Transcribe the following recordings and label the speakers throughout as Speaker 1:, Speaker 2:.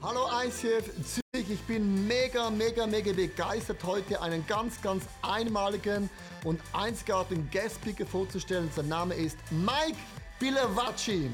Speaker 1: Kreishilf Zürich. Ich bin mega, mega, mega begeistert, heute einen ganz, ganz einmaligen und einzigartigen Guest Speaker vorzustellen. Sein Name ist Mike Bilawacci.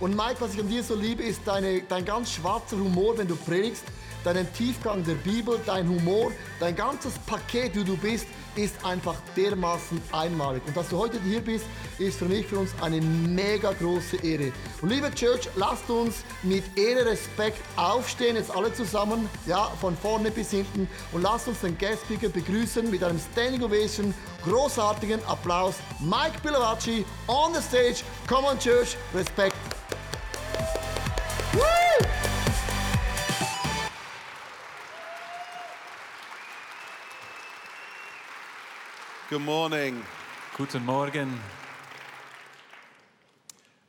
Speaker 1: Und Mike, was ich an dir so liebe, ist deine, dein ganz schwarzer Humor, wenn du predigst, deinen Tiefgang der Bibel, dein Humor, dein ganzes Paket, wie du bist, ist einfach dermaßen einmalig. Und dass du heute hier bist, ist für mich, für uns eine mega große Ehre. Und liebe Church, lasst uns mit Ehre, Respekt aufstehen, jetzt alle zusammen, ja, von vorne bis hinten. Und lasst uns den Guest Speaker begrüßen mit einem Standing Ovation, großartigen Applaus. Mike Pilovacci on the stage. Come on, Church, Respekt. Woo!
Speaker 2: Good morning.
Speaker 3: Guten Morgen.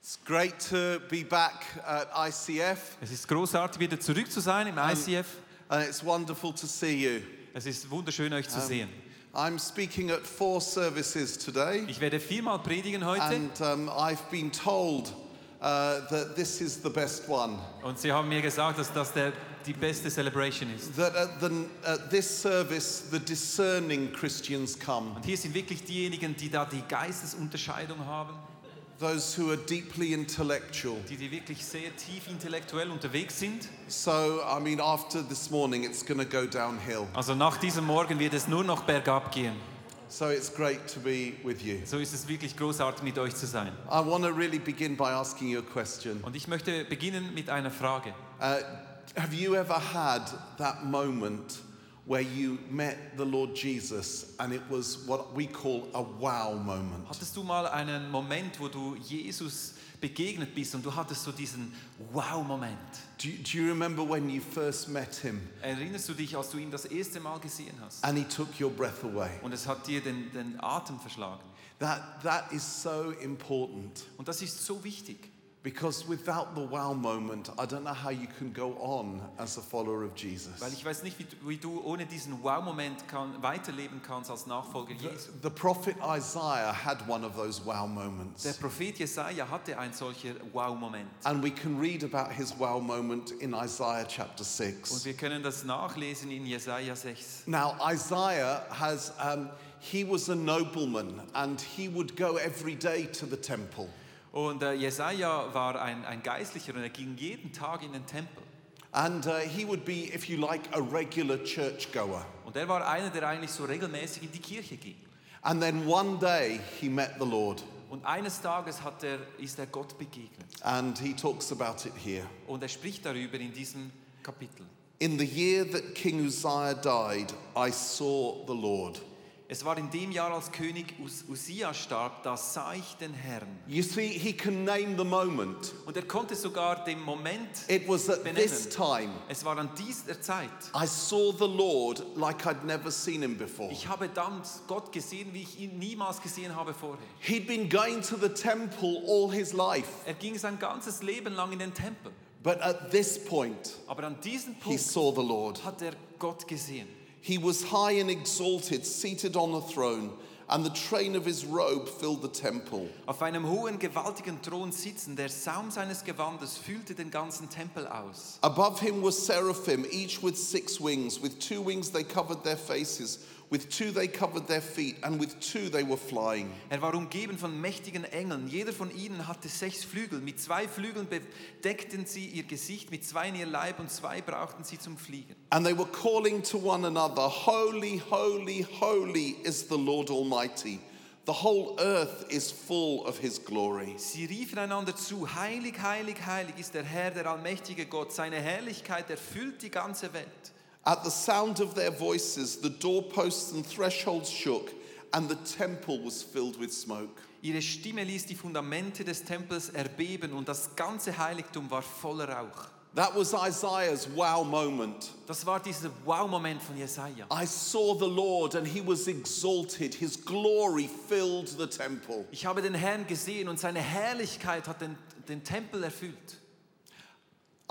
Speaker 2: It's great to be back at ICF,
Speaker 3: Es ist großartig, wieder zurück zu sein im ICF.
Speaker 2: and it's wonderful to see you.
Speaker 3: Es ist wunderschön, euch zu sehen.
Speaker 2: I'm speaking at four services today,
Speaker 3: Ich werde viermal predigen heute
Speaker 2: and um, I've been told uh, that this is the best one.
Speaker 3: und sie haben mir gesagt, dass das der, die beste Celebration ist.
Speaker 2: That at, the, at this service, the discerning Christians come,
Speaker 3: Und hier sind wirklich diejenigen, die da die Geistesunterscheidung haben,
Speaker 2: those who are deeply intellectual.
Speaker 3: die, die wirklich sehr tief intellektuell unterwegs sind.
Speaker 2: So, I mean, after this morning, it's going to go downhill.
Speaker 3: Also nach diesem Morgen wird es nur noch bergab gehen.
Speaker 2: So, it's great to be with you.
Speaker 3: So ist es wirklich großartig, mit euch zu sein.
Speaker 2: I want to really begin by asking you a question.
Speaker 3: Und ich möchte beginnen mit einer Frage.
Speaker 2: Uh, have you ever had that moment where you met the Lord Jesus and it was what we call a wow moment?
Speaker 3: Hattest du mal einen Moment, wo du Jesus begegnet bist und du hattest so diesen Wow-Moment?
Speaker 2: Do you, do you remember when you first met him
Speaker 3: Erinnerst du dich, als du ihn das erste Mal gesehen hast?
Speaker 2: and he took your breath away?
Speaker 3: Und es hat dir den, den Atem verschlagen.
Speaker 2: That, that is so important
Speaker 3: Und das ist so wichtig,
Speaker 2: because without the wow moment, I don't know how you can go on as a follower of
Speaker 3: weil
Speaker 2: Jesus.
Speaker 3: ich weiß nicht, wie du, wie du ohne diesen Wow-Moment kann, weiterleben kannst als Nachfolger Jesu.
Speaker 2: The prophet Isaiah had one of those wow
Speaker 3: Der
Speaker 2: moments.
Speaker 3: Prophet Jesaja hatte einen solchen Wow-Moment.
Speaker 2: And we can read about his wow moment in Isaiah chapter
Speaker 3: Und
Speaker 2: 6.
Speaker 3: wir können das nachlesen in Jesaja 6.
Speaker 2: Now, Isaiah has, um, he was a nobleman and he would go every day to the temple.
Speaker 3: Und äh, Jesaja war ein, ein Geistlicher und er ging jeden Tag in den Tempel.
Speaker 2: And uh, he would be, if you like, a regular churchgoer.
Speaker 3: Und er war einer, der eigentlich so regelmäßig in die Kirche ging.
Speaker 2: And then one day he met the Lord.
Speaker 3: Und eines Tages hat er, ist er Gott begegnet.
Speaker 2: And he talks about it here.
Speaker 3: Und er spricht darüber in diesem Kapitel.
Speaker 2: In the year that King Uzziah died, I saw the Lord.
Speaker 3: Es war in dem Jahr, als König Us Usia starb, da sah ich den Herrn.
Speaker 2: You see, he can name the moment.
Speaker 3: Und er konnte sogar den Moment
Speaker 2: It was at this
Speaker 3: benennen.
Speaker 2: time.
Speaker 3: Es war an dieser Zeit.
Speaker 2: I saw the Lord like I'd never seen him before.
Speaker 3: Ich habe dann Gott gesehen, wie ich ihn niemals gesehen habe vorher.
Speaker 2: He'd been going to the temple all his life.
Speaker 3: Er ging sein ganzes Leben lang in den Tempel.
Speaker 2: But at this point,
Speaker 3: Aber an diesem
Speaker 2: he
Speaker 3: Punkt
Speaker 2: saw the Lord.
Speaker 3: hat er Gott gesehen.
Speaker 2: He was high and exalted, seated on a throne, and the train of his robe filled the temple.
Speaker 3: Auf einem hohen, gewaltigen Thron sitzend, der Saum seines Gewandes füllte den ganzen Tempel aus.
Speaker 2: Above him were seraphim, each with six wings. With two wings they covered their faces, with two they covered their feet, and with two they were flying.
Speaker 3: Er war umgeben von mächtigen Engeln. Jeder von ihnen hatte sechs Flügel. Mit zwei Flügeln bedeckten sie ihr Gesicht, mit zwei in ihr Leib und zwei brauchten sie zum Fliegen.
Speaker 2: And they were calling to one another, Holy, holy, holy is the Lord Almighty. The whole earth is full of his glory.
Speaker 3: Sie riefen einander zu, heilig, heilig, heilig ist der Herr, der allmächtige Gott. Seine Herrlichkeit erfüllt die ganze Welt.
Speaker 2: At the sound of their voices, the doorposts and thresholds shook, and the temple was filled with smoke.
Speaker 3: Ihre Stimme ließ die Fundamente des Tempels erbeben und das ganze Heiligtum war voller Rauch.
Speaker 2: That was Isaiah's wow moment.
Speaker 3: Das war dieser Wow-Moment von Jesaja.
Speaker 2: I saw the Lord, and he was exalted. His glory filled the temple.
Speaker 3: Ich habe den Herrn gesehen und seine Herrlichkeit hat den, den Tempel erfüllt.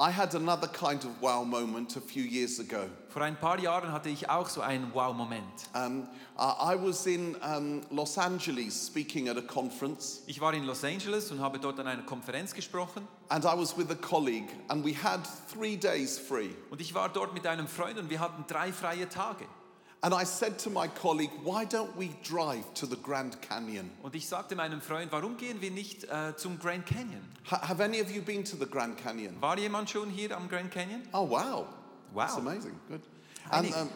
Speaker 2: I had another kind of wow moment a few years ago.
Speaker 3: Vor ein paar Jahren hatte ich auch so einen Wow-Moment.
Speaker 2: Um, uh, I was in um, Los Angeles speaking at a conference,
Speaker 3: Ich war in Los Angeles und habe dort an einer Konferenz gesprochen
Speaker 2: and I was with a colleague, and we had three days free.
Speaker 3: und ich war dort mit einem Freund und wir hatten drei freie Tage.
Speaker 2: And I said to my colleague, Why don't we drive to the Grand Canyon?
Speaker 3: Und ich sagte meinem Freund, warum gehen wir nicht äh, zum Grand Canyon?
Speaker 2: Ha have any of you been to the Grand Canyon?
Speaker 3: War jemand schon hier am Grand Canyon?
Speaker 2: Oh, wow. That's
Speaker 3: Wow.
Speaker 2: amazing. Good.
Speaker 3: I
Speaker 2: And,
Speaker 3: need-
Speaker 2: um,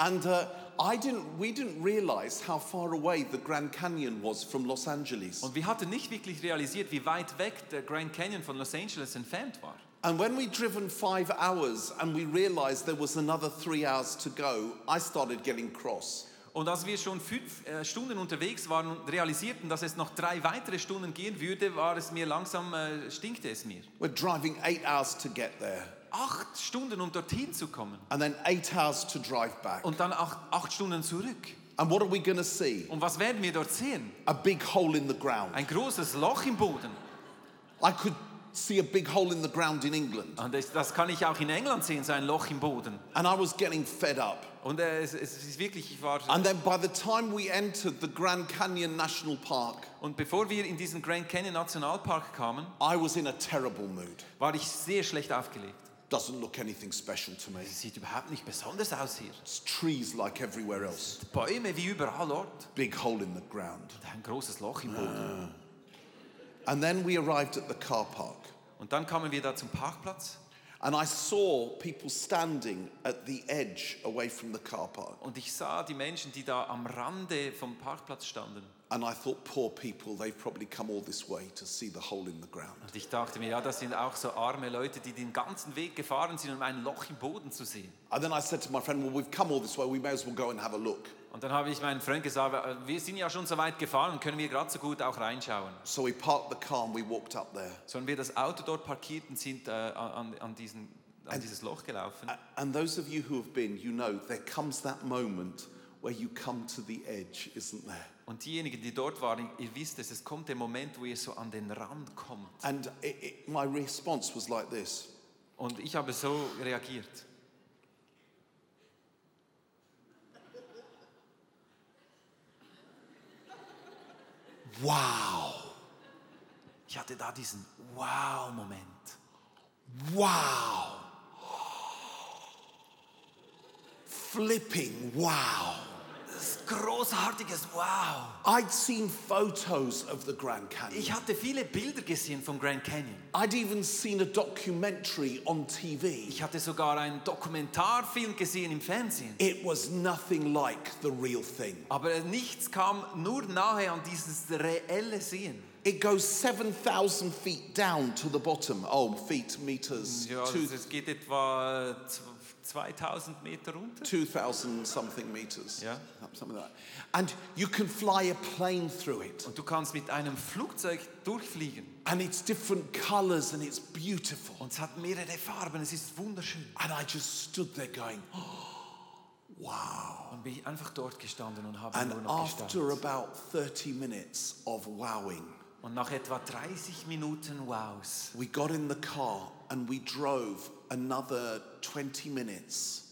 Speaker 2: and uh, I didn't, we didn't realize how far away the Grand Canyon was from Los Angeles.
Speaker 3: Und wir hatten nicht wirklich realisiert, wie weit weg der Grand Canyon von Los Angeles entfernt war.
Speaker 2: And when we'd driven five hours and we realized there was another three hours to go, I started getgetting cross.
Speaker 3: Und als wir schon fünf äh, Stunden unterwegs waren und realisierten, dass es noch drei weitere Stunden gehen würde, war es mir langsam, äh, stinkte es mir.
Speaker 2: We're driving eight hours to get there
Speaker 3: Acht Stunden, um dorthin zu kommen.
Speaker 2: and then eight hours to drive back.
Speaker 3: Und dann acht, acht Stunden zurück.
Speaker 2: And what are we going to see?
Speaker 3: Und was werden wir dort sehen?
Speaker 2: A big hole in the ground.
Speaker 3: Ein großes Loch im Boden.
Speaker 2: I could see a big hole in the ground in England.
Speaker 3: Und das, das kann ich auch in England sehen, so ein Loch im Boden.
Speaker 2: And I was getting fed up.
Speaker 3: Und äh, es, es ist wirklich, ich war.
Speaker 2: And then by the time we entered the Grand Canyon National Park,
Speaker 3: Und bevor wir in diesen Grand Canyon Nationalpark kamen,
Speaker 2: I was in a terrible mood.
Speaker 3: war ich sehr schlecht aufgelegt.
Speaker 2: Doesn't look anything special to me.
Speaker 3: Es sieht überhaupt nicht besonders aus hier.
Speaker 2: It's trees like everywhere else,
Speaker 3: Bäume wie überall dort.
Speaker 2: big hole in the ground.
Speaker 3: Ein großes Loch im Boden.
Speaker 2: And then we arrived at the car park,
Speaker 3: Und dann kamen wir da zum Parkplatz
Speaker 2: and I saw people standing at the edge away from the car park.
Speaker 3: und ich sah die Menschen, die da am Rande vom Parkplatz standen.
Speaker 2: And I thought, poor people, they've probably come all this way to see the hole in the ground.
Speaker 3: Und ich dachte mir, ja, das sind auch so arme Leute, die den ganzen Weg gefahren sind, um ein Loch im Boden zu sehen.
Speaker 2: And then I said to my friend, well, we've come all this way, we may as well go and have a look.
Speaker 3: Und dann habe ich meinen Freund gesagt, äh, wir sind ja schon so weit gefahren, können wir gerade so gut auch reinschauen.
Speaker 2: So we parked the car and we walked up there.
Speaker 3: Sondern wir das Auto dort parkierten, sind äh, an, an, diesen, an dieses Loch gelaufen.
Speaker 2: A- And those of you who have been, you know, there comes that moment where you come to the edge, isn't there?
Speaker 3: Und diejenigen, die dort waren, ihr wisst es, es kommt der Moment, wo ihr so an den Rand kommt.
Speaker 2: And it, it, my response was like this
Speaker 3: Und ich habe so reagiert.
Speaker 2: Wow,
Speaker 3: Ich hatte da diesen Wow-Moment.
Speaker 2: wow, flipping wow.
Speaker 3: Das großartiges Wow.
Speaker 2: I'd seen photos of the Grand Canyon.
Speaker 3: Ich hatte viele Bilder gesehen vom Grand Canyon.
Speaker 2: I'd even seen a documentary on TV.
Speaker 3: Ich hatte sogar einen Dokumentarfilm gesehen im Fernsehen.
Speaker 2: It was nothing like the real thing.
Speaker 3: Aber nichts kam nur nahe an dieses reelle Sehen.
Speaker 2: It goes 7,000 feet down to the bottom. Oh, feet, meters,
Speaker 3: Ja,
Speaker 2: two-
Speaker 3: also es geht etwa äh, z- 2000 Meter runter.
Speaker 2: 2,000 something meters.
Speaker 3: Yeah.
Speaker 2: Something like that. And you can fly a plane through it.
Speaker 3: Und du kannst mit einem Flugzeug durchfliegen.
Speaker 2: And it's different colors and it's beautiful.
Speaker 3: Und es hat mehrere Farben, es ist wunderschön.
Speaker 2: And I just stood there going, oh, wow.
Speaker 3: Und bin ich einfach dort gestanden und habe
Speaker 2: And
Speaker 3: nur noch
Speaker 2: after
Speaker 3: gestanden.
Speaker 2: about 30 minutes of wowing,
Speaker 3: Und nach etwa 30 Minuten Wows
Speaker 2: we got in the car and we drove another 20 minutes.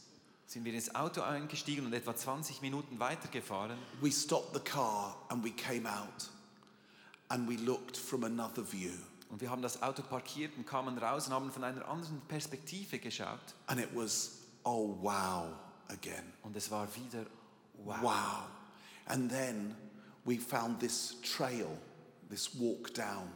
Speaker 3: sind wir ins Auto eingestiegen und etwa 20 Minuten weitergefahren.
Speaker 2: We stopped the car and we came out and we looked from another view.
Speaker 3: Und wir haben das Auto parkiert und kamen raus und haben von einer anderen Perspektive geschaut.
Speaker 2: And it was, oh, wow, again.
Speaker 3: Und es war wieder wow.
Speaker 2: Wow. And then we found this trail, this walk down.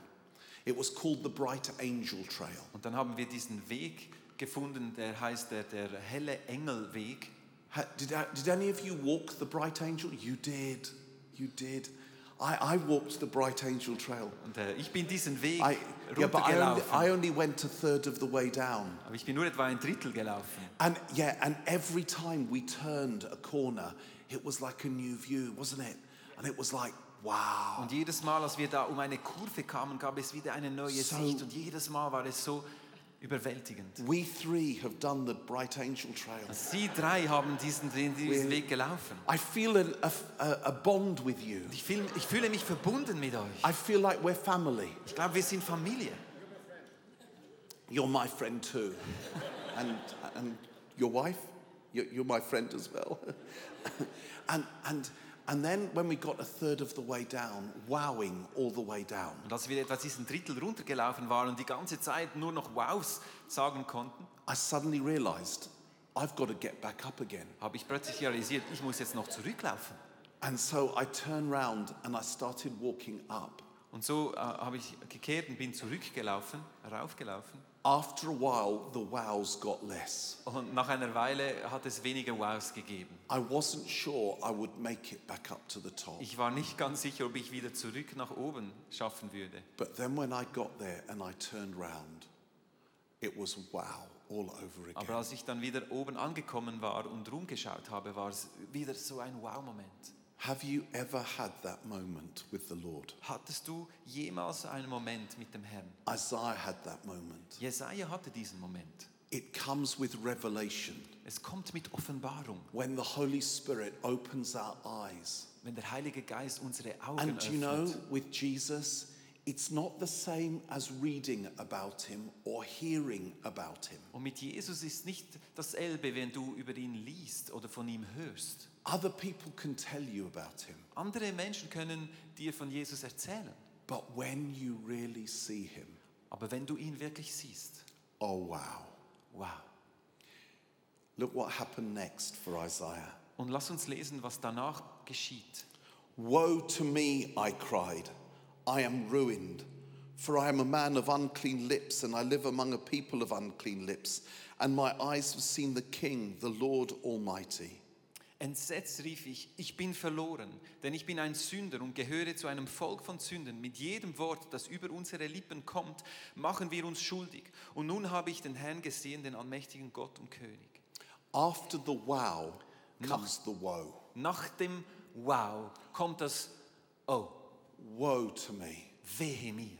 Speaker 2: It was called the Bright Angel Trail.
Speaker 3: Und dann haben wir diesen Weg gefunden, der heißt der, der helle Engelweg.
Speaker 2: Ha- Did, a- did any of you walk the Bright Angel? You did. You did. I, I walked the Bright Angel Trail.
Speaker 3: Und äh, ich bin diesen Weg
Speaker 2: I, yeah, but I only,
Speaker 3: runtergelaufen.
Speaker 2: I only went a third of the way down.
Speaker 3: aber ich bin nur etwa ein Drittel gelaufen.
Speaker 2: And yeah, and every time we turned a corner, it was like a new view, wasn't it? And it was like, wow.
Speaker 3: Und jedes Mal, als wir da um eine Kurve kamen, gab es wieder eine neue
Speaker 2: So-
Speaker 3: Sicht. Und jedes Mal war es so überwältigend.
Speaker 2: We three have done the Bright Angel Trail.
Speaker 3: Sie drei haben diesen, den- diesen Weg gelaufen.
Speaker 2: I feel a, a, a- a bond with you.
Speaker 3: Ich fühle, ich fühle mich verbunden mit euch.
Speaker 2: I feel like we're family.
Speaker 3: Ich glaube, wir sind Familie.
Speaker 2: You're my friend too. and, and your wife, you're, you're my friend as well. and, and, and then when we got a third of the way down, wowing all the way down,
Speaker 3: Und als wir etwa diesen Drittel runtergelaufen waren und die ganze Zeit nur noch Wows sagen konnten,
Speaker 2: I suddenly realized I've got to get back up again.
Speaker 3: habe ich plötzlich realisiert, ich muss jetzt noch zurücklaufen.
Speaker 2: And so I turned round and I started walking up.
Speaker 3: Und so äh, habe ich gekehrt und bin zurückgelaufen, raufgelaufen.
Speaker 2: After a while, the wows got less.
Speaker 3: Und nach einer Weile hat es weniger Wows gegeben.
Speaker 2: I wasn't sure I would make it back up to the top.
Speaker 3: Ich war nicht ganz sicher, ob ich wieder zurück nach oben schaffen würde.
Speaker 2: But then when I got there and I turned round, it was wow all over
Speaker 3: Aber
Speaker 2: again.
Speaker 3: als ich dann wieder oben angekommen war und rumgeschaut habe, war es wieder so ein Wow-Moment.
Speaker 2: Have you ever had that moment with the Lord?
Speaker 3: Hattest du jemals einen Moment mit dem Herrn?
Speaker 2: Isaiah had that moment.
Speaker 3: Jesaja hatte diesen Moment.
Speaker 2: It comes with revelation
Speaker 3: Es kommt mit Offenbarung,
Speaker 2: when the Holy Spirit opens our eyes.
Speaker 3: wenn der Heilige Geist unsere Augen
Speaker 2: And you know,
Speaker 3: öffnet.
Speaker 2: with Jesus, it's not the same as reading about him or hearing about him.
Speaker 3: Und mit Jesus ist nicht dasselbe, wenn du über ihn liest oder von ihm hörst.
Speaker 2: Other people can tell you about him,
Speaker 3: Andere Menschen können dir von Jesus erzählen,
Speaker 2: but when you really see him,
Speaker 3: aber wenn du ihn wirklich siehst,
Speaker 2: oh wow.
Speaker 3: wow.
Speaker 2: Look what happened next for Isaiah.
Speaker 3: Und lass uns lesen, was danach geschieht.
Speaker 2: Woe to me, I cried. I am ruined, for I am a man of unclean lips, and I live among a people of unclean lips. And my eyes have seen the King, the Lord Almighty.
Speaker 3: Entsetzt rief ich, ich bin verloren, denn ich bin ein Sünder und gehöre zu einem Volk von Sündern. Mit jedem Wort, das über unsere Lippen kommt, machen wir uns schuldig. Und nun habe ich den Herrn gesehen, den allmächtigen Gott und König.
Speaker 2: After the wow comes the woe.
Speaker 3: Nach dem Wow kommt das Oh,
Speaker 2: Woe to me.
Speaker 3: wehe mir.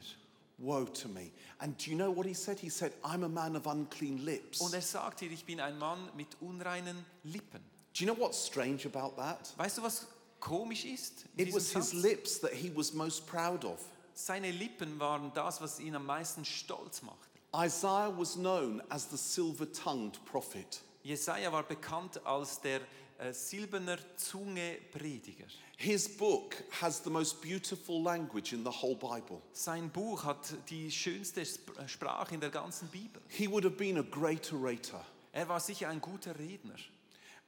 Speaker 2: Woe to me. And do you know what he said? He said, I'm a man of unclean lips.
Speaker 3: Und er sagt hier, ich bin ein Mann mit unreinen Lippen.
Speaker 2: Do you know what's strange about that?
Speaker 3: Weißt du, was komisch ist?
Speaker 2: It
Speaker 3: in diesem
Speaker 2: was his
Speaker 3: Satz?
Speaker 2: lips that he was most proud of.
Speaker 3: Seine Lippen waren das, was ihn am meisten stolz machte.
Speaker 2: Isaiah was known as the silver tongued prophet.
Speaker 3: Jesaja war bekannt als der äh, silberner Zunge Prediger.
Speaker 2: His book has the most beautiful language in the whole Bible.
Speaker 3: Sein Buch hat die schönste Sp äh, Sprache in der ganzen Bibel.
Speaker 2: He would have been a great orator.
Speaker 3: Er war sicher ein guter Redner.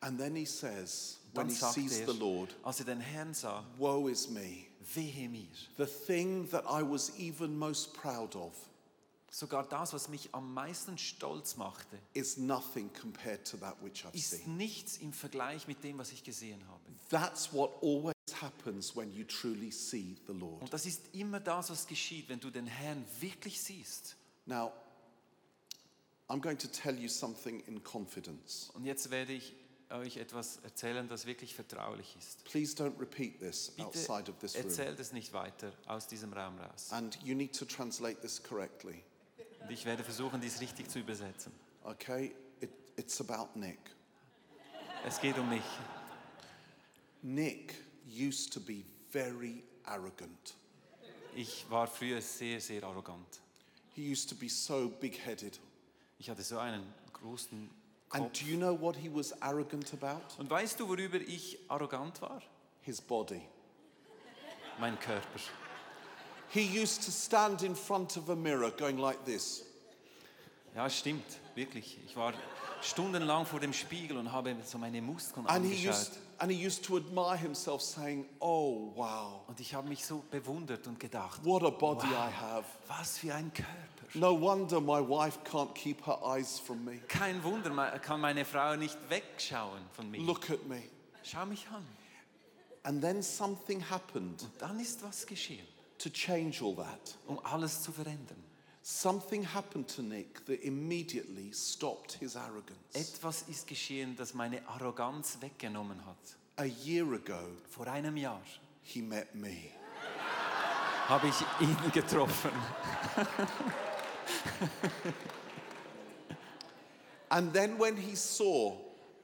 Speaker 2: And then he says, when
Speaker 3: Dann
Speaker 2: he
Speaker 3: sagte
Speaker 2: sees
Speaker 3: er,
Speaker 2: the Lord,
Speaker 3: als er den Herrn sah,
Speaker 2: Woe is me.
Speaker 3: wehe mir.
Speaker 2: The thing that I was even most proud of
Speaker 3: Sogar das, was mich am meisten stolz machte,
Speaker 2: is nothing compared to that which I've
Speaker 3: ist
Speaker 2: seen.
Speaker 3: nichts im Vergleich mit dem, was ich gesehen habe.
Speaker 2: That's what always happens when you truly see the Lord.
Speaker 3: Und das ist immer das, was geschieht, wenn du den Herrn wirklich siehst.
Speaker 2: Now, I'm going to tell you something in confidence.
Speaker 3: Und jetzt werde ich euch etwas erzählen, das wirklich vertraulich ist.
Speaker 2: Please don't repeat this outside
Speaker 3: Bitte
Speaker 2: of this room.
Speaker 3: erzählt es nicht weiter aus diesem Raum raus.
Speaker 2: And you need to translate this correctly.
Speaker 3: Und ich werde versuchen, dies richtig zu übersetzen.
Speaker 2: Okay, it, it's about Nick.
Speaker 3: Es geht um mich.
Speaker 2: Nick used to be very arrogant.
Speaker 3: Ich war früher sehr, sehr arrogant.
Speaker 2: He used to be so big headed.
Speaker 3: Ich hatte so einen großen
Speaker 2: And
Speaker 3: Kopf.
Speaker 2: do you know what he was arrogant about?
Speaker 3: Und weißt du, worüber ich arrogant war?
Speaker 2: His body.
Speaker 3: Mein Körper.
Speaker 2: He used to stand in front of a mirror going like this.
Speaker 3: Ja, es stimmt, wirklich. Ich war stundenlang vor dem Spiegel und habe so meine Muskeln
Speaker 2: And he, used,
Speaker 3: angeschaut.
Speaker 2: and he used to admire himself, saying, Oh, wow,
Speaker 3: Und ich habe mich so bewundert und gedacht,
Speaker 2: what a body
Speaker 3: Wow.
Speaker 2: I have.
Speaker 3: was für ein Körper.
Speaker 2: No wonder my wife can't keep her eyes from me.
Speaker 3: Kein Wunder, me- kann meine Frau nicht wegschauen von mir.
Speaker 2: Look at me.
Speaker 3: Schau mich an.
Speaker 2: And then something happened
Speaker 3: Dann ist was geschehen,
Speaker 2: to change all that.
Speaker 3: um alles zu verändern.
Speaker 2: Something happened to Nick that immediately stopped his arrogance.
Speaker 3: Etwas ist geschehen, das meine Arroganz weggenommen hat.
Speaker 2: A year ago,
Speaker 3: Vor einem Jahr
Speaker 2: he met me.
Speaker 3: habe ich ihn getroffen.
Speaker 2: And then, when he saw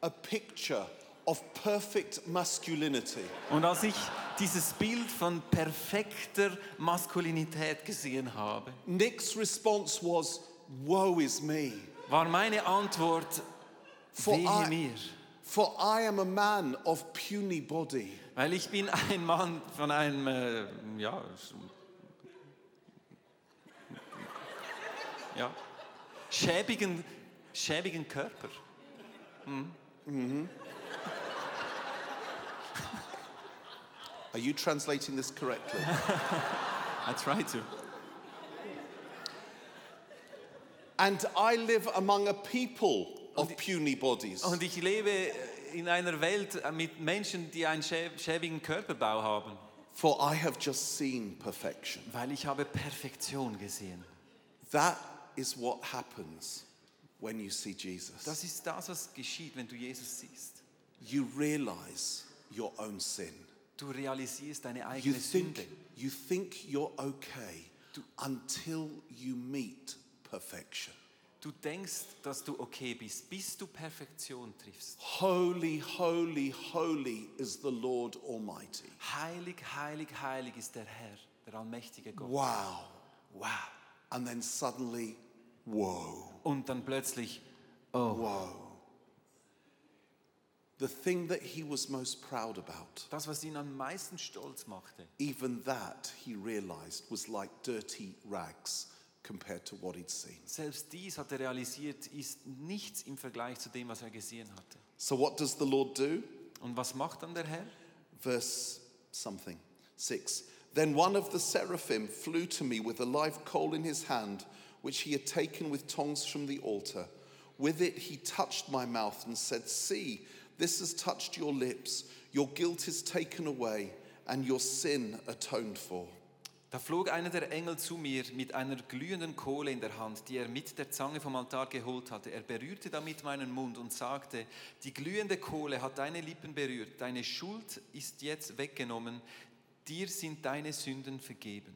Speaker 2: a picture of perfect masculinity,
Speaker 3: Und als ich dieses Bild von perfekter Maskulinität gesehen habe,
Speaker 2: Nick's response was, Woe is me,
Speaker 3: war meine Antwort,
Speaker 2: for
Speaker 3: wehe
Speaker 2: I,
Speaker 3: mir.
Speaker 2: for I am a man of puny body.
Speaker 3: Weil ich bin ein Mann von einem, äh, ja, sch- ja, schäbigen, schäbigen Körper.
Speaker 2: Are you translating this correctly?
Speaker 3: I try to.
Speaker 2: and I live among a people of puny bodies.
Speaker 3: Und ich lebe in einer Welt mit Menschen, die einen schä- schäbigen Körperbau haben,
Speaker 2: For I have just seen perfection.
Speaker 3: weil ich habe Perfektion gesehen.
Speaker 2: That is what happens when you see Jesus.
Speaker 3: Das ist das, was geschieht, wenn du Jesus siehst.
Speaker 2: You realize your own sin.
Speaker 3: Du realisierst deine
Speaker 2: You
Speaker 3: eigene Sünde.
Speaker 2: think, you think you're okay until you meet perfection.
Speaker 3: Du denkst, dass du okay bist, bis du Perfektion triffst.
Speaker 2: Holy, holy, holy is the Lord Almighty.
Speaker 3: Heilig, heilig, heilig ist der Herr, der allmächtige Gott.
Speaker 2: Wow.
Speaker 3: Wow.
Speaker 2: And then suddenly, whoa.
Speaker 3: Und dann plötzlich,
Speaker 2: The thing that he was most proud about,
Speaker 3: das, was ihn am meisten stolz machte,
Speaker 2: even that he realized was like dirty rags compared to what he'd seen.
Speaker 3: selbst dies hat er realisiert, ist nichts im Vergleich zu dem, was er gesehen hatte.
Speaker 2: So, what does the Lord do?
Speaker 3: Und was macht dann der Herr?
Speaker 2: verse something, six. Then one of the seraphim flew to me with a live coal in his hand, which he had taken with tongs from the altar. With it he touched my mouth and said, See, this has touched your lips. Your guilt is taken away and your sin atoned for.
Speaker 3: Da flog einer der Engel zu mir mit einer glühenden Kohle in der Hand, die er mit der Zange vom Altar geholt hatte. Er berührte damit meinen Mund und sagte, die glühende Kohle hat deine Lippen berührt, deine Schuld ist jetzt weggenommen, dir sind deine Sünden vergeben.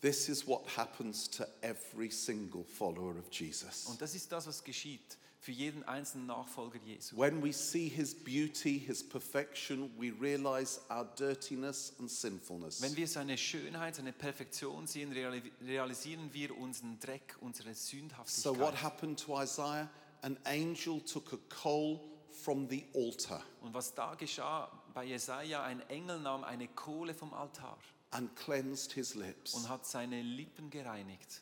Speaker 2: This is what happens to every single follower of Jesus.
Speaker 3: Und das ist das, was geschieht für jeden einzelnen Nachfolger Jesu.
Speaker 2: When we see his beauty, his perfection, we realize our dirtiness and sinfulness.
Speaker 3: Wenn wir seine Schönheit, seine Perfektion sehen, reali- realisieren wir unseren Dreck, unsere
Speaker 2: So, what
Speaker 3: Sündhaftigkeit.
Speaker 2: happened to Isaiah? An angel took a coal from the altar
Speaker 3: Und was da geschah bei Jesaja, ein Engel nahm eine Kohle vom Altar.
Speaker 2: and cleansed his lips.
Speaker 3: und hat seine Lippen gereinigt.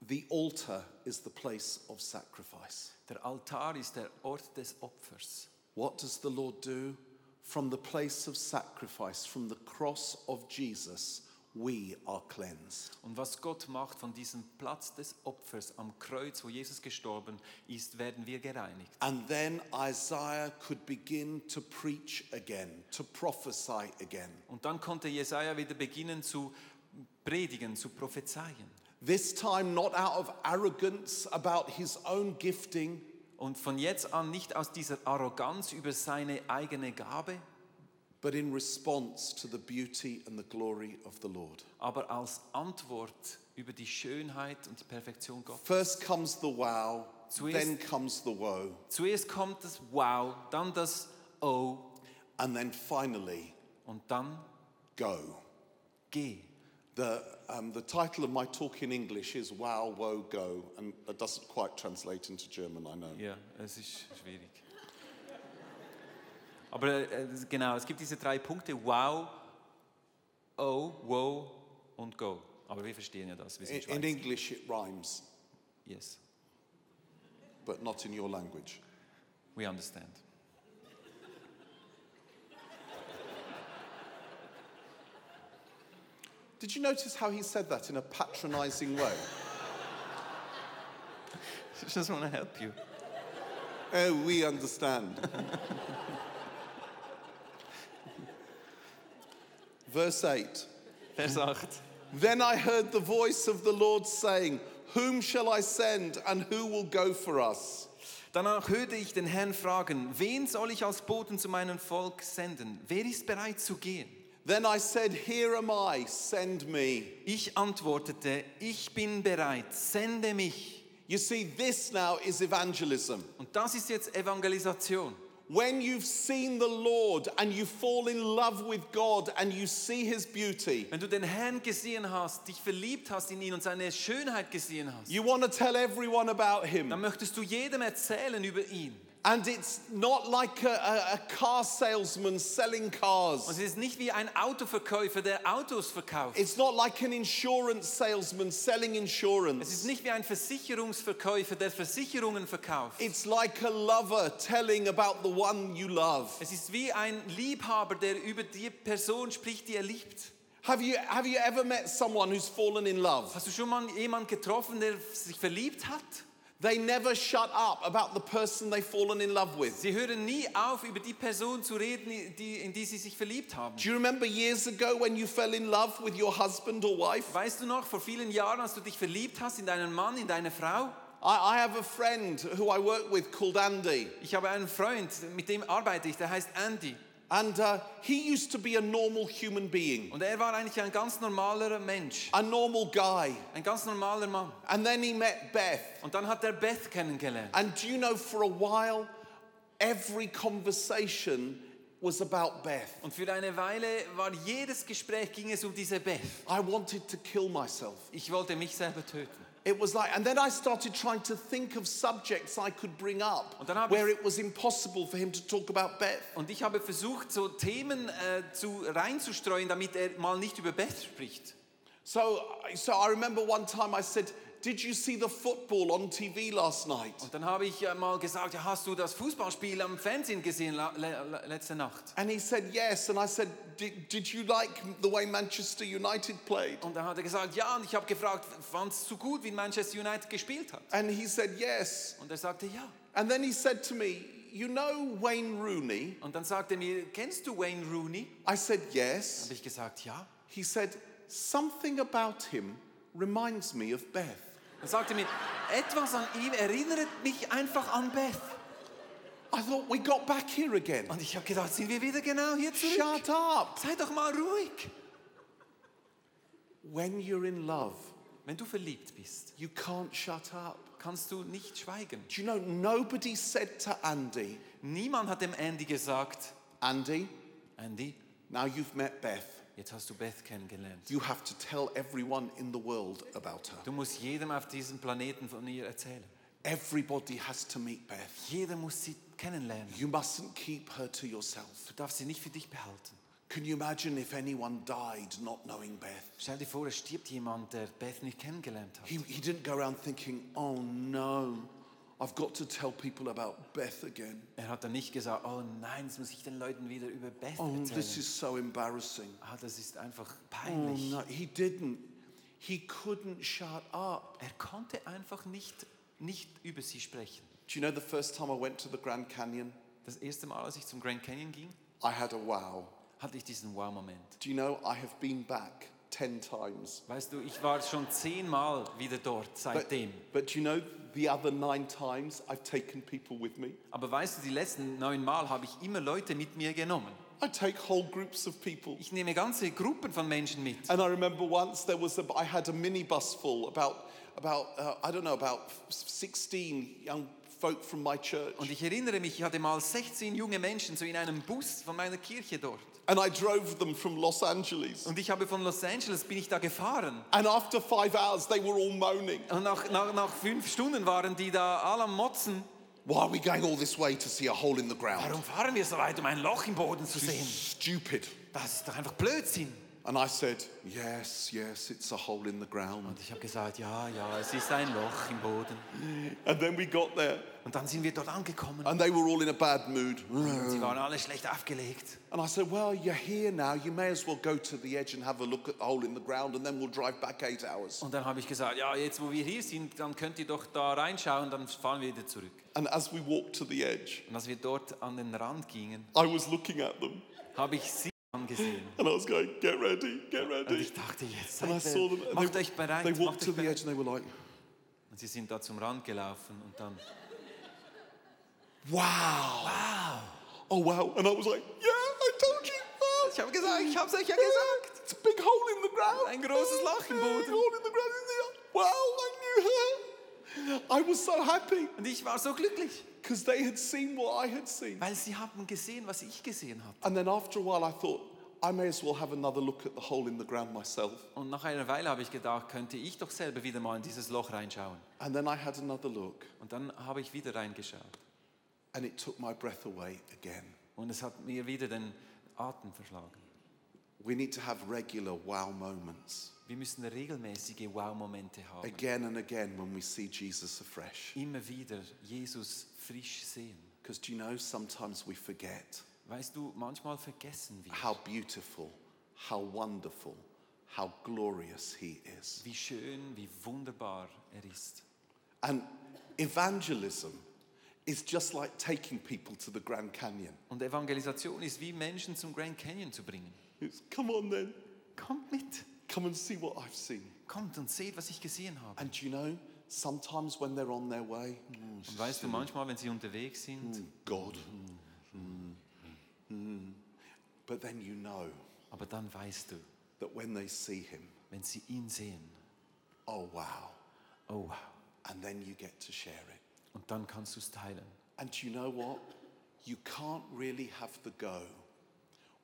Speaker 2: The altar is the place of sacrifice.
Speaker 3: Der Altar ist der Ort des Opfers.
Speaker 2: What does the Lord do? From the place of sacrifice, from the cross of Jesus, we are cleansed.
Speaker 3: Und was Gott macht von diesem Platz des Opfers am Kreuz, wo Jesus gestorben ist, werden wir gereinigt.
Speaker 2: And then Isaiah could begin to preach again, to prophesy again.
Speaker 3: Und dann konnte Jesaja wieder beginnen zu predigen, zu prophezeien.
Speaker 2: This time, not out of arrogance about his own gifting,
Speaker 3: Und von jetzt an nicht aus dieser Arroganz über seine eigene Gabe,
Speaker 2: but in response to the beauty and the glory of the Lord.
Speaker 3: aber als Antwort über die Schönheit und die Perfektion Gottes.
Speaker 2: First comes the wow,
Speaker 3: Zuerst-
Speaker 2: then comes the woe,
Speaker 3: Zuerst kommt das Wow, dann das Oh
Speaker 2: and then finally,
Speaker 3: und dann
Speaker 2: go.
Speaker 3: Geh.
Speaker 2: The, um, the title of my talk in English is Wow, Woe, Go, and that doesn't quite translate into German, I know.
Speaker 3: Ja, es ist schwierig. Aber äh, es- genau, es gibt diese drei Punkte: Wow, Oh, Wow und Go. Aber wir verstehen ja das. Wir
Speaker 2: In,
Speaker 3: sind
Speaker 2: in
Speaker 3: Schweizer.
Speaker 2: English, it rhymes,
Speaker 3: Yes,
Speaker 2: but not in your language.
Speaker 3: we understand.
Speaker 2: Did you notice how he said that in a patronizing way?
Speaker 3: Just want to help you.
Speaker 2: oh, we understand. Verse 8.
Speaker 3: Vers 8.
Speaker 2: Then I heard the voice of the Lord saying, Whom shall I send and who will go for us?
Speaker 3: Danach hörte ich den Herrn fragen: Wen soll ich als Boten zu meinem Volk senden? Wer ist bereit zu gehen?
Speaker 2: Then I said, Here am I, send me.
Speaker 3: Ich antwortete: Ich bin bereit, sende mich.
Speaker 2: You see, this now is evangelism.
Speaker 3: Und das ist jetzt Evangelisation.
Speaker 2: When you've seen the Lord and you fall in love with God and you see his beauty,
Speaker 3: Wenn du den Herrn gesehen hast, dich verliebt hast in ihn und seine Schönheit gesehen hast,
Speaker 2: you want to tell everyone about
Speaker 3: dann
Speaker 2: him.
Speaker 3: möchtest du jedem erzählen über ihn.
Speaker 2: And it's not like a, a, a car salesman selling
Speaker 3: Und es
Speaker 2: cars.
Speaker 3: ist nicht wie ein Autoverkäufer, der Autos verkauft.
Speaker 2: It's not like an insurance salesman selling
Speaker 3: Es ist
Speaker 2: insurance.
Speaker 3: nicht wie ein Versicherungsverkäufer, der Versicherungen verkauft.
Speaker 2: It's like a lover telling about the one you love.
Speaker 3: Es ist wie ein Liebhaber, der über die Person spricht, die er liebt.
Speaker 2: Have you, have you ever met someone who's fallen in love?
Speaker 3: Hast du schon mal jemanden getroffen, der sich verliebt hat?
Speaker 2: They never shut up about the person they've fallen in love with.
Speaker 3: Sie hören nie auf, über die Person zu reden, die, in die sie sich verliebt haben.
Speaker 2: Do you remember years ago when you fell in love with your husband or wife?
Speaker 3: Weißt du noch, vor vielen Jahren, als du dich verliebt hast in deinen Mann, in deine Frau?
Speaker 2: I, I have a friend who I work with called Andy,
Speaker 3: Ich habe einen Freund, mit dem arbeite ich, der heißt Andy.
Speaker 2: and uh, he used to be a normal human being,
Speaker 3: Und er war eigentlich ein ganz normaler Mensch,
Speaker 2: a normal guy.
Speaker 3: ein ganz normaler Mann.
Speaker 2: And then he met Beth.
Speaker 3: Und dann hat er Beth kennengelernt.
Speaker 2: And do you know, for a while, every conversation was about Beth.
Speaker 3: Und für eine Weile war jedes Gespräch, ging es um diese Beth.
Speaker 2: I wanted to kill myself.
Speaker 3: Ich wollte mich selber töten.
Speaker 2: It was like, and then I started trying to think of subjects I could bring up
Speaker 3: Und dann hab
Speaker 2: where
Speaker 3: ich-
Speaker 2: it was impossible for him to talk about Beth.
Speaker 3: Und ich habe versucht, so Themen äh, zu, reinzustreuen, damit er mal nicht über Beth spricht.
Speaker 2: So, so I remember one time I said, Did you see the football on TV last night?
Speaker 3: Und dann habe ich äh, mal gesagt, ja, hast du das Fußballspiel am Fernsehen gesehen la- le- le- letzte Nacht?
Speaker 2: And he said, Yes. And I said, "Did- Did you like the way Manchester United played?
Speaker 3: Und dann hat er gesagt, ja. Und ich habe gefragt, fandst du gut, wie Manchester United gespielt hat?
Speaker 2: And he said, Yes.
Speaker 3: Und er sagte, ja.
Speaker 2: And then he said to me, You know Wayne Rooney?
Speaker 3: Und dann sagte er mir, kennst du Wayne Rooney?
Speaker 2: I said,
Speaker 3: Habe
Speaker 2: Yes.
Speaker 3: ich gesagt, ja.
Speaker 2: He said, Something about him reminds me of Beth.
Speaker 3: Dann sagte er mir, etwas an ihm erinnert mich einfach an Beth.
Speaker 2: I thought, We got back here again.
Speaker 3: Und ich habe gedacht, sind wir wieder genau hier zurück?
Speaker 2: Shut up.
Speaker 3: Sei doch mal ruhig.
Speaker 2: When you're in love,
Speaker 3: Wenn du verliebt bist,
Speaker 2: you can't shut up.
Speaker 3: kannst du nicht schweigen.
Speaker 2: Do you know, nobody said to Andy,
Speaker 3: Niemand hat dem Andy gesagt,
Speaker 2: Andy,
Speaker 3: Andy,
Speaker 2: now you've met Beth.
Speaker 3: jetzt hast du Beth kennengelernt.
Speaker 2: You have to tell everyone in the world about her.
Speaker 3: Du musst jedem auf diesem Planeten von ihr erzählen.
Speaker 2: Everybody has to meet Beth.
Speaker 3: Jeder muss sie kennenlernen.
Speaker 2: You mustn't keep her to yourself.
Speaker 3: Du darfst sie nicht für dich behalten.
Speaker 2: Can you imagine if anyone died not knowing Beth?
Speaker 3: Stell dir vor, es stirbt jemand, der Beth nicht kennengelernt hat.
Speaker 2: He, he didn't go around thinking, oh no, I've got to tell people about Beth again.
Speaker 3: Er hat dann nicht gesagt, oh nein, jetzt muss ich den Leuten wieder über Beth
Speaker 2: Oh, this
Speaker 3: erzählen.
Speaker 2: is so embarrassing.
Speaker 3: Ah, das ist einfach
Speaker 2: Oh
Speaker 3: peinlich.
Speaker 2: no, he didn't. He couldn't shut up.
Speaker 3: Er konnte einfach nicht, nicht über sie sprechen.
Speaker 2: Do you know the first time I went to the Grand Canyon?
Speaker 3: Das erste Mal, als ich zum Grand Canyon ging,
Speaker 2: I had a wow.
Speaker 3: hatte ich diesen Wow-Moment.
Speaker 2: Do you know I have been back 10 times?
Speaker 3: Weißt du, ich war schon zehnmal wieder dort
Speaker 2: But,
Speaker 3: seitdem.
Speaker 2: but do you know the other nine times I've taken people with me?
Speaker 3: Aber weißt du, die letzten neun Mal habe ich immer Leute mit mir genommen.
Speaker 2: I take whole groups of people.
Speaker 3: Ich nehme ganze Gruppen von Menschen mit.
Speaker 2: And I remember once there was a, I had a minibus full about, about uh, I don't know, about 16 young folk from my church.
Speaker 3: Und ich erinnere mich, ich hatte mal 16 junge Menschen so in einem Bus von meiner Kirche dort.
Speaker 2: And I drove them from Los Angeles.
Speaker 3: Und ich habe von Los Angeles bin ich da gefahren.
Speaker 2: And after five hours, they were all moaning.
Speaker 3: Und nach, nach, nach fünf Stunden waren die da alle am Motzen.
Speaker 2: Why are we going all this way to see a hole in the ground?
Speaker 3: Warum fahren wir so weit, um ein Loch im Boden zu
Speaker 2: This is
Speaker 3: sehen?
Speaker 2: stupid.
Speaker 3: Das ist doch einfach Blödsinn.
Speaker 2: And I said, Yes, yes, it's a hole in the ground.
Speaker 3: Und ich habe gesagt, ja, ja, es ist ein Loch im Boden.
Speaker 2: And then we got there,
Speaker 3: Und dann sind wir dort angekommen.
Speaker 2: and they were all in a bad mood.
Speaker 3: Und sie waren alle schlecht aufgelegt.
Speaker 2: And I said, Well, you're here now. You may as well go to the edge and have a look at the hole in the ground, and then we'll drive back eight hours.
Speaker 3: Und dann habe ich gesagt, ja, jetzt wo wir hier sind, dann könnt ihr doch da reinschauen, dann fahren wir wieder zurück.
Speaker 2: And as we walked to the edge,
Speaker 3: Und als wir dort an den Rand gingen,
Speaker 2: I was looking at them,
Speaker 3: habe ich sie angesehen.
Speaker 2: and I was going, Get ready, get
Speaker 3: Und
Speaker 2: ready.
Speaker 3: ich dachte, jetzt
Speaker 2: And I
Speaker 3: seid
Speaker 2: saw them.
Speaker 3: ihr,
Speaker 2: And
Speaker 3: macht
Speaker 2: they,
Speaker 3: euch bereit,
Speaker 2: they walked
Speaker 3: macht
Speaker 2: to
Speaker 3: euch
Speaker 2: the
Speaker 3: bereit.
Speaker 2: edge, and they were like,
Speaker 3: Und sie sind da zum Rand gelaufen und dann,
Speaker 2: Wow. Wow. Oh, wow. And I was like, Yeah, I told you. Ah,
Speaker 3: ich habe gesagt, ich habe es euch ja gesagt.
Speaker 2: It's a big hole in the ground.
Speaker 3: Ein großes Loch im Boden.
Speaker 2: Big hole in the ground. Wow, I knew her. I was so happy.
Speaker 3: Und ich war so glücklich.
Speaker 2: because they had seen what I had seen.
Speaker 3: weil sie haben gesehen, was ich gesehen habe.
Speaker 2: And then after a while, I thought, I may as well have another look at the hole in the ground myself.
Speaker 3: Und nach einer Weile habe ich gedacht, könnte ich doch selber wieder mal in dieses Loch reinschauen.
Speaker 2: And then I had another look,
Speaker 3: Und dann habe ich wieder reingeschaut.
Speaker 2: and it took my breath away again.
Speaker 3: Und es hat mir wieder den Atem verschlagen.
Speaker 2: We need to have regular wow moments
Speaker 3: Wir müssen regelmäßige Wow-Momente haben.
Speaker 2: again and again when we see Jesus afresh.
Speaker 3: Immer wieder Jesus frisch sehen.
Speaker 2: Because do you know, sometimes we forget
Speaker 3: Weißt du, manchmal vergessen wir,
Speaker 2: how beautiful, how wonderful, how glorious He is.
Speaker 3: wie schön, wie wunderbar er ist.
Speaker 2: And evangelism is just like taking people to the Grand Canyon.
Speaker 3: Und Evangelisation ist wie Menschen zum Grand Canyon zu bringen.
Speaker 2: It's come on then,
Speaker 3: Kommt mit,
Speaker 2: come and see what I've seen.
Speaker 3: kommt und seht, was ich gesehen habe.
Speaker 2: And do you know, sometimes when they're on their way, mm,
Speaker 3: Und weißt du, manchmal, wenn sie unterwegs sind,
Speaker 2: God. Mm. But then you know
Speaker 3: aber dann weißt du,
Speaker 2: that when they see Him,
Speaker 3: wenn sie ihn sehen,
Speaker 2: oh wow.
Speaker 3: oh wow,
Speaker 2: And then you get to share it.
Speaker 3: und dann kannst du es teilen.
Speaker 2: And do you know what? You can't really have the go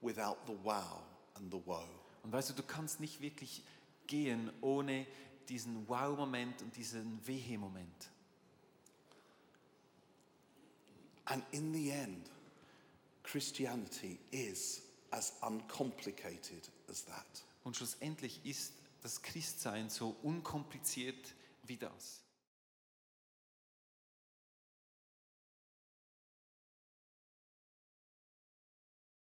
Speaker 2: without the wow and the woe.
Speaker 3: Und weißt du, du kannst nicht wirklich gehen ohne diesen Wow-Moment und diesen Wehe-Moment.
Speaker 2: And in the end, Christianity is as uncomplicated as that.
Speaker 3: Und schlussendlich ist das Christsein so unkompliziert wie das.